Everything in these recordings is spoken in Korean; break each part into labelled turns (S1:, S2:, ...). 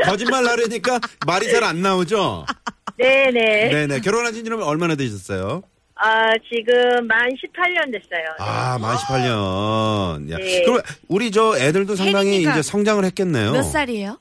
S1: 거짓말 나르니까 말이 잘 안 나오죠?
S2: 네네
S1: 네네. 결혼하신 지는 얼마나 되셨어요?
S2: 아 지금 만 18년 됐어요.
S1: 아, 만 18년. 야.
S2: 네.
S1: 그럼 우리 저 애들도 상당히
S3: 혜린이가
S1: 이제 성장을 했겠네요.
S4: 몇 살이에요?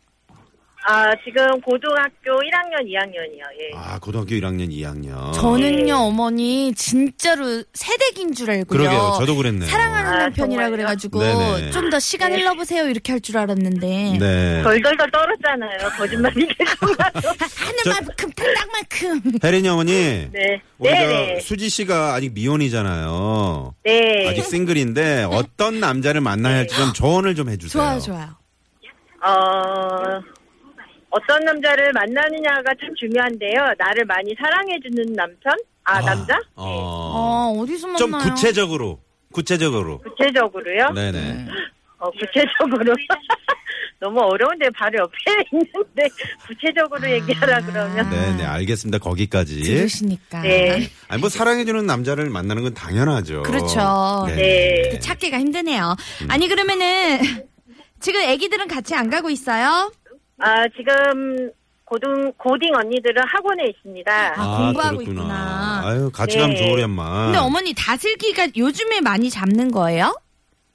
S2: 아 지금 고등학교 1학년 2학년이요. 예.
S1: 아, 고등학교 1학년, 2학년.
S4: 저는요 어머니 진짜로 새댁인 줄 알고요.
S1: 네. 그러게요. 저도 그랬네요.
S4: 사랑하는
S2: 아,
S4: 남편이라
S2: 정말요?
S4: 그래가지고
S1: 네네.
S4: 좀 더 시간 흘러보세요 이렇게 할 줄 알았는데
S1: 네.
S2: 덜덜덜 떨었잖아요. 거짓말이 계속 나서.
S4: 하는 만큼 땅만큼
S1: 혜린이 어머니.
S2: 네.
S1: 우리가
S2: 네네.
S1: 수지 씨가 아직 미혼이잖아요.
S2: 네.
S1: 아직 싱글인데 어떤 남자를 만나야 할지 좀 조언을 좀 해주세요.
S4: 좋아요 좋아요.
S2: 어, 어떤 남자를 만나느냐가 참 중요한데요. 나를 많이 사랑해주는 남편? 아, 남자?
S1: 어.
S4: 어 어디서 만나요?
S1: 좀 구체적으로. 구체적으로.
S2: 구체적으로요?
S1: 네네.
S2: 어, 구체적으로. 너무 어려운데 바로 옆에 있는데 구체적으로 얘기하라
S1: 음.
S2: 그러면.
S1: 네네. 알겠습니다. 거기까지.
S4: 들으시니까
S2: 네.
S1: 아니 뭐 사랑해주는 남자를 만나는 건 당연하죠.
S4: 그렇죠.
S2: 네.
S4: 찾기가 힘드네요.
S1: 음.
S3: 아니 그러면은 지금 애기들은 같이 안 가고 있어요?
S2: 아, 지금 고등, 고딩 언니들은 학원에 있습니다.
S4: 아, 공부하고 있구나.
S1: 아유 같이 가면
S2: 네.
S1: 좋으련만.
S3: 근데 어머니 다슬기가 요즘에 많이 잡는 거예요?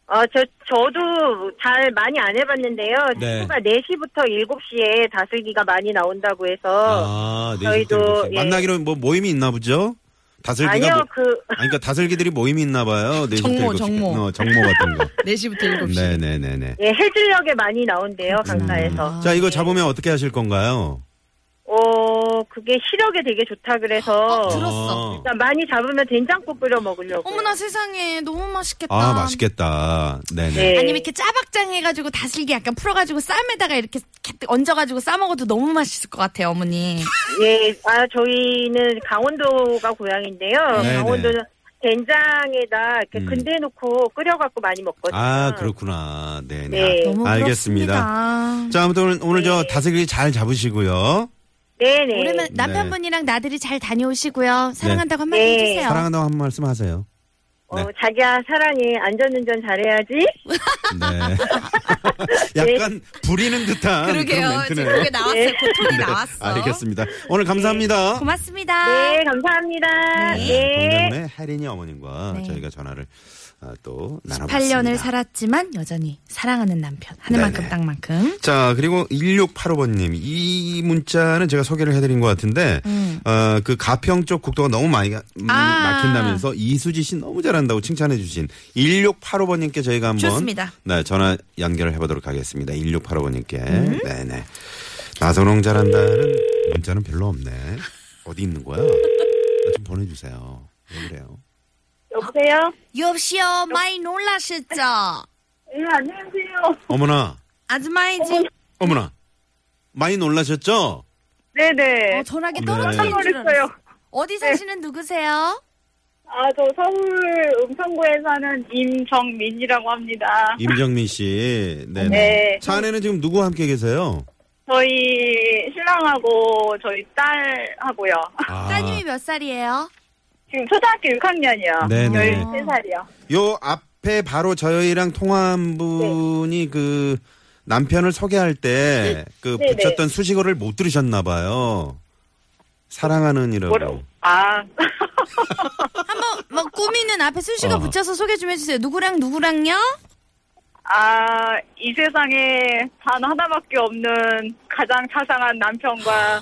S2: 어, 저, 저도 잘 많이 안 해봤는데요.
S1: 네.
S2: 친구가 4시부터 7시에 다슬기가 많이 나온다고 해서.
S1: 아, 네,
S2: 저희도,
S1: 저희도
S2: 예.
S1: 만나기로 뭐 모임이 있나 보죠? 다슬기가
S2: 아니요,
S1: 뭐,
S2: 그,
S1: 아니, 그러니까 다슬기들이 모임이 있나 봐요. 네,
S3: 정모,
S1: 일곱 시.
S3: 정모.
S1: 어, 정모 같은 거.
S3: 4시부터 7시.
S1: 네, 네, 네, 네.
S2: 예, 해질녘에 많이
S4: 음.
S2: 나온대요, 강사에서.
S4: 아.
S1: 자, 이거 잡으면 어떻게 하실 건가요?
S2: 어, 그게 시력에 되게 좋다 그래서
S4: 들었어.
S1: 어.
S2: 일단 많이 잡으면 된장국 끓여 먹으려고.
S4: 어머나 세상에 너무 맛있겠다.
S1: 아, 맛있겠다. 네, 네.
S2: 네.
S4: 아니면 이렇게 짜박장 해가지고 다슬기 약간 풀어가지고 쌈에다가 이렇게 얹어가지고 싸먹어도 너무 맛있을 것 같아요, 어머니.
S2: 예, 아 저희는 강원도가 고향인데요.
S1: 네,
S2: 강원도는 된장에다 이렇게
S1: 음.
S2: 근대 놓고 끓여갖고 많이 먹거든요.
S1: 아, 그렇구나. 네, 네.
S2: 네.
S4: 너무
S1: 알겠습니다.
S4: 부럽습니다.
S1: 자, 아무튼 오늘, 오늘 저 다슬기 잘 잡으시고요.
S2: 네네.
S4: 오랜만 남편분이랑 나들이 잘 다녀오시고요. 사랑한다고 한마디
S2: 네.
S4: 해주세요.
S1: 네. 사랑한다고 한 말씀 하세요.
S2: 어,
S4: 네.
S2: 자기야 사랑해. 안전운전 잘해야지.
S1: 네. 약간 부리는 듯한
S4: 그러게요.
S1: 런
S4: 지금
S1: 멘트네요. 네.
S4: 그게 나왔어요. 고통이 나왔어.
S1: 알겠습니다. 오늘 감사합니다.
S4: 고맙습니다.
S2: 네, 감사합니다. 네.
S1: 동남의 혜린이 어머님과 저희가 전화를 아, 또 나눠봤습니다.
S4: 네. 8년을 살았지만 여전히 사랑하는 남편. 하늘만큼
S1: 네네.
S4: 땅만큼.
S1: 자, 그리고 1685번님. 이 문자는 제가 소개를 해드린 것 같은데,
S4: 음.
S1: 어, 그 가평 쪽 국도가 너무 많이 가- 음,
S4: 아.
S1: 막힌다면서 이수지 씨 너무 잘한다고 칭찬해주신 1685번님께 저희가 한번
S4: 좋습니다.
S1: 네, 전화 연결을 해보도록 하겠습니다. 1685번님께.
S4: 음.
S1: 네네. 나선홍 잘한다는 문자는 별로 없네. 어디 있는 거야? 나 좀 보내주세요. 왜 그래요?
S2: 여보세요.
S4: 여보시오, 많이 놀라셨죠?
S2: 예, 안녕하세요.
S1: 어머나,
S4: 아줌마의 집.
S1: 어머나. 많이 놀라셨죠?
S2: 네네.
S4: 어, 전화기
S1: 네.
S4: 떨어뜨린
S1: 깜짝
S4: 줄
S2: 놀랐어요.
S4: 알았어. 어디 사시는 누구세요?
S2: 아, 저 서울 음성구에 사는 임정민이라고 합니다.
S1: 임정민 씨. 네네.
S2: 네.
S1: 차 안에는 지금 누구와 함께 계세요?
S2: 저희 신랑하고 저희 딸하고요.
S1: 아,
S4: 따님이 몇 살이에요?
S2: 지금 초등학교 6학년이요.
S1: 아, 네네.
S2: 13살이요.
S1: 요 앞에 바로 저희랑
S2: 네.
S1: 통화한 분이 그 남편을 소개할 때 그
S2: 네네.
S1: 붙였던 수식어를 못 들으셨나 봐요. 사랑하는이라고.
S2: 뭐라고? 아,
S3: 한번 뭐 꾸미는 앞에 수식어
S1: 어.
S3: 붙여서 소개 좀 해주세요. 누구랑 누구랑요?
S2: 아, 이 세상에 단 하나밖에 없는 가장 자상한 남편과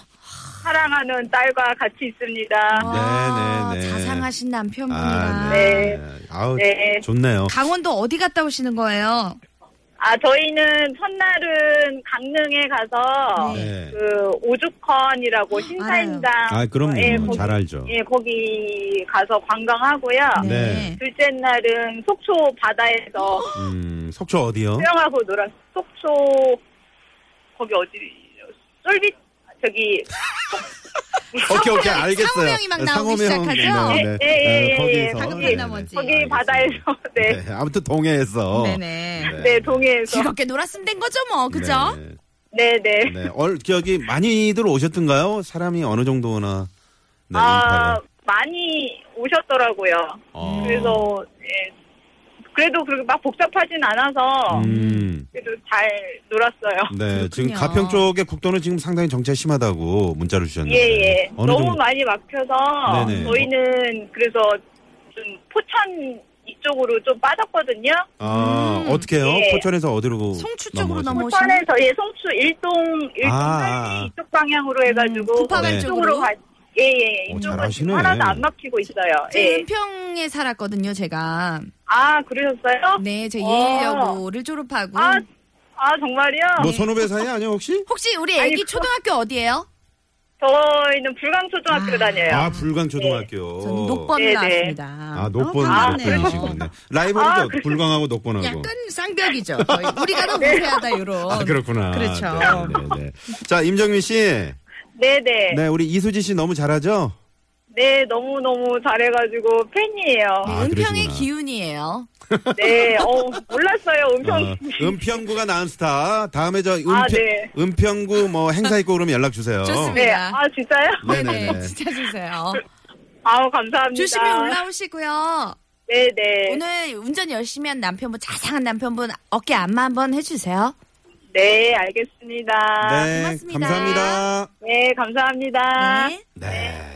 S2: 사랑하는 딸과 같이 있습니다.
S3: 와,
S1: 아, 네네네.
S3: 아, 자상하신 남편분이랑
S1: 아,
S2: 네.
S1: 아우
S2: 네.
S1: 좋네요.
S3: 강원도 어디 갔다 오시는 거예요?
S2: 아, 저희는 첫날은 강릉에 가서
S1: 네.
S2: 그 오죽헌이라고 신사임당
S1: 아 그럼요.
S2: 예, 거기,
S1: 잘 알죠.
S2: 예, 거기 가서 관광하고요.
S1: 네.
S2: 둘째 날은 속초 바다에서
S1: 음, 속초 어디요?
S2: 수영하고 놀았. 속초 거기 어디 쫄비 저기
S1: 아, 오케이 오케이 알겠어요.
S3: 상호명이 막 나오기
S1: 상호명,
S3: 시작하죠?
S1: 네, 네.
S2: 예, 예, 예, 예.
S1: 거기에서.
S2: 방금
S1: 네네.
S3: 나머지.
S2: 거기
S1: 알겠습니다.
S2: 바다에서 네. 네.
S1: 네, 아무튼 동해에서
S3: 네네.
S2: 동해에서
S3: 즐겁게 놀았으면 된 거죠, 뭐, 그죠?
S2: 네, 네.
S1: 네, 네. 얼 저기 많이들 오셨던가요? 사람이 어느 정도나 네,
S2: 아,
S1: 인파가.
S2: 많이 오셨더라고요.
S1: 어.
S2: 그래서 예. 그래도 그렇게 막 복잡하진 않아서
S1: 음.
S2: 그래도 잘 놀았어요.
S1: 네, 지금
S3: 어. 그렇군요.
S1: 가평 쪽의 국도는 지금 상당히 정체 심하다고 문자를 주셨는데.
S2: 예, 예.
S1: 어느
S2: 너무
S1: 정도-
S2: 많이 막혀서
S1: 네네.
S2: 저희는 그래서 좀 포천 이쪽으로 좀 빠졌거든요.
S1: 아, 어떻게 해요?
S2: 예.
S1: 포천에서 어디로
S3: 음, 송추 쪽으로
S1: 넘어가세요?
S3: 넘어-
S2: 포천에서 예, 송수 일동 일동
S1: 아,
S2: 살리
S1: 아.
S2: 이쪽 방향으로 해가지고
S3: 음, 구파발
S1: 네.
S3: 쪽으로.
S2: 이쪽으로 가. 예, 예.
S1: 오,
S2: 이쪽은
S1: 잘하시네.
S2: 지금 하나도 안 막히고 있어요.
S3: 제
S2: 예.
S3: 은평에 살았거든요, 제가.
S2: 아, 그러셨어요?
S3: 네, 제
S2: 어.
S3: 예일여고를 졸업하고.
S2: 아, 아 정말요?
S1: 뭐 선후배 사이 아니요 혹시?
S3: 혹시 우리
S2: 아니,
S3: 애기
S2: 그-
S3: 초등학교 어디예요?
S2: 저희는 불광초등학교
S3: 아.
S2: 다녀요.
S1: 아, 불광 초등학교.
S3: 예. 저는 녹번
S2: 네네.
S3: 나왔습니다.
S1: 어. 아, 녹번
S3: 아, 반갑네요.
S1: 녹번이시군요. 라이벌이죠.
S2: 아, 그래.
S1: 불광하고 녹번하고.
S3: 약간 쌍벽이죠. 거의 우리가 더
S2: 네.
S3: 우세하다 이런.
S1: 아, 그렇구나.
S3: 그렇죠.
S1: 네, 네, 네. 자, 임정민 씨.
S2: 네네. 네.
S1: 네, 우리 이수지 씨 너무 잘하죠?
S2: 너무너무 잘해가지고 팬이에요.
S1: 아,
S3: 은평의
S1: 그러시구나.
S3: 기운이에요.
S2: 네, 어, 몰랐어요,
S1: 아. 어,
S2: 음평.
S1: 은평구가 나은 스타. 다음에 저 은평,
S2: 아, 네.
S1: 은평구 뭐 행사 있고 그러면 연락 주세요.
S3: 좋습니다.
S2: 네, 아, 진짜요?
S1: 네네네.
S3: 네, 진짜 주세요.
S2: 아우, 감사합니다.
S3: 조심히 올라오시고요.
S2: 네네.
S3: 오늘 운전 열심히 한 남편분, 자상한 남편분 어깨 안마 한번 해주세요.
S2: 네, 알겠습니다.
S1: 네,
S3: 아, 고맙습니다.
S1: 감사합니다.
S2: 네, 감사합니다.
S3: 네.
S1: 네.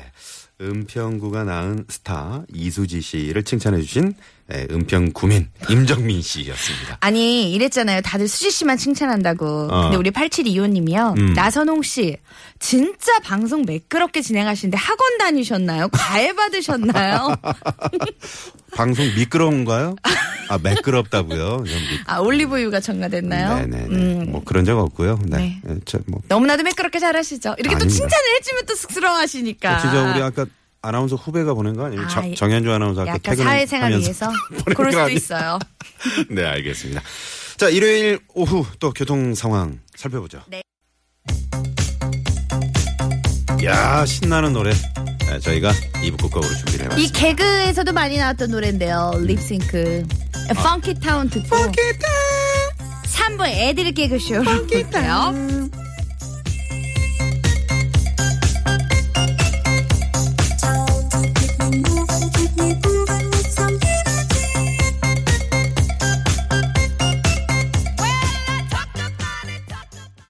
S1: 은평구가 낳은 스타 이수지 씨를 칭찬해 주신 네, 은평 구민 임정민 씨였습니다.
S3: 아니 이랬잖아요. 다들 수지 씨만 칭찬한다고.
S1: 어.
S3: 근데 우리 8725님이요.
S1: 음.
S3: 나선홍 씨 진짜 방송 매끄럽게 진행하시는데 학원 다니셨나요? 과외 받으셨나요?
S1: 방송 미끄러운가요? 아 매끄럽다고요. 좀 미-
S3: 아 올리브유가 첨가됐나요?
S1: 네네네.
S3: 음.
S1: 뭐 그런 적 없고요.
S3: 네.
S1: 네. 네. 저뭐
S3: 너무나도 매끄럽게 잘하시죠. 이렇게 또
S1: 아닙니다.
S3: 칭찬을 해주면 또 쑥스러워하시니까.
S1: 진짜 우리 아까 아나운서 후배가 보낸 거 아니에요?
S3: 아,
S1: 정-
S3: 예.
S1: 정현주 아나운서 아까
S3: 약간
S1: 퇴근하면서
S3: 사회생활 위해서 그럴
S1: 거
S3: 수도
S1: 아니에요?
S3: 있어요.
S1: 네, 알겠습니다. 자, 일요일 오후 또 교통 상황 살펴보죠.
S3: 네.
S1: 야, 신나는 노래. 네, 저희가 이부 끝곡으로 준비를 해봤습니다.
S3: 이 개그에서도 많이 나왔던 노래인데요. 립싱크.
S1: 아.
S3: 펑키 타운 듣고. 펑키 타운. 3부 애들 개그쇼로 볼게요.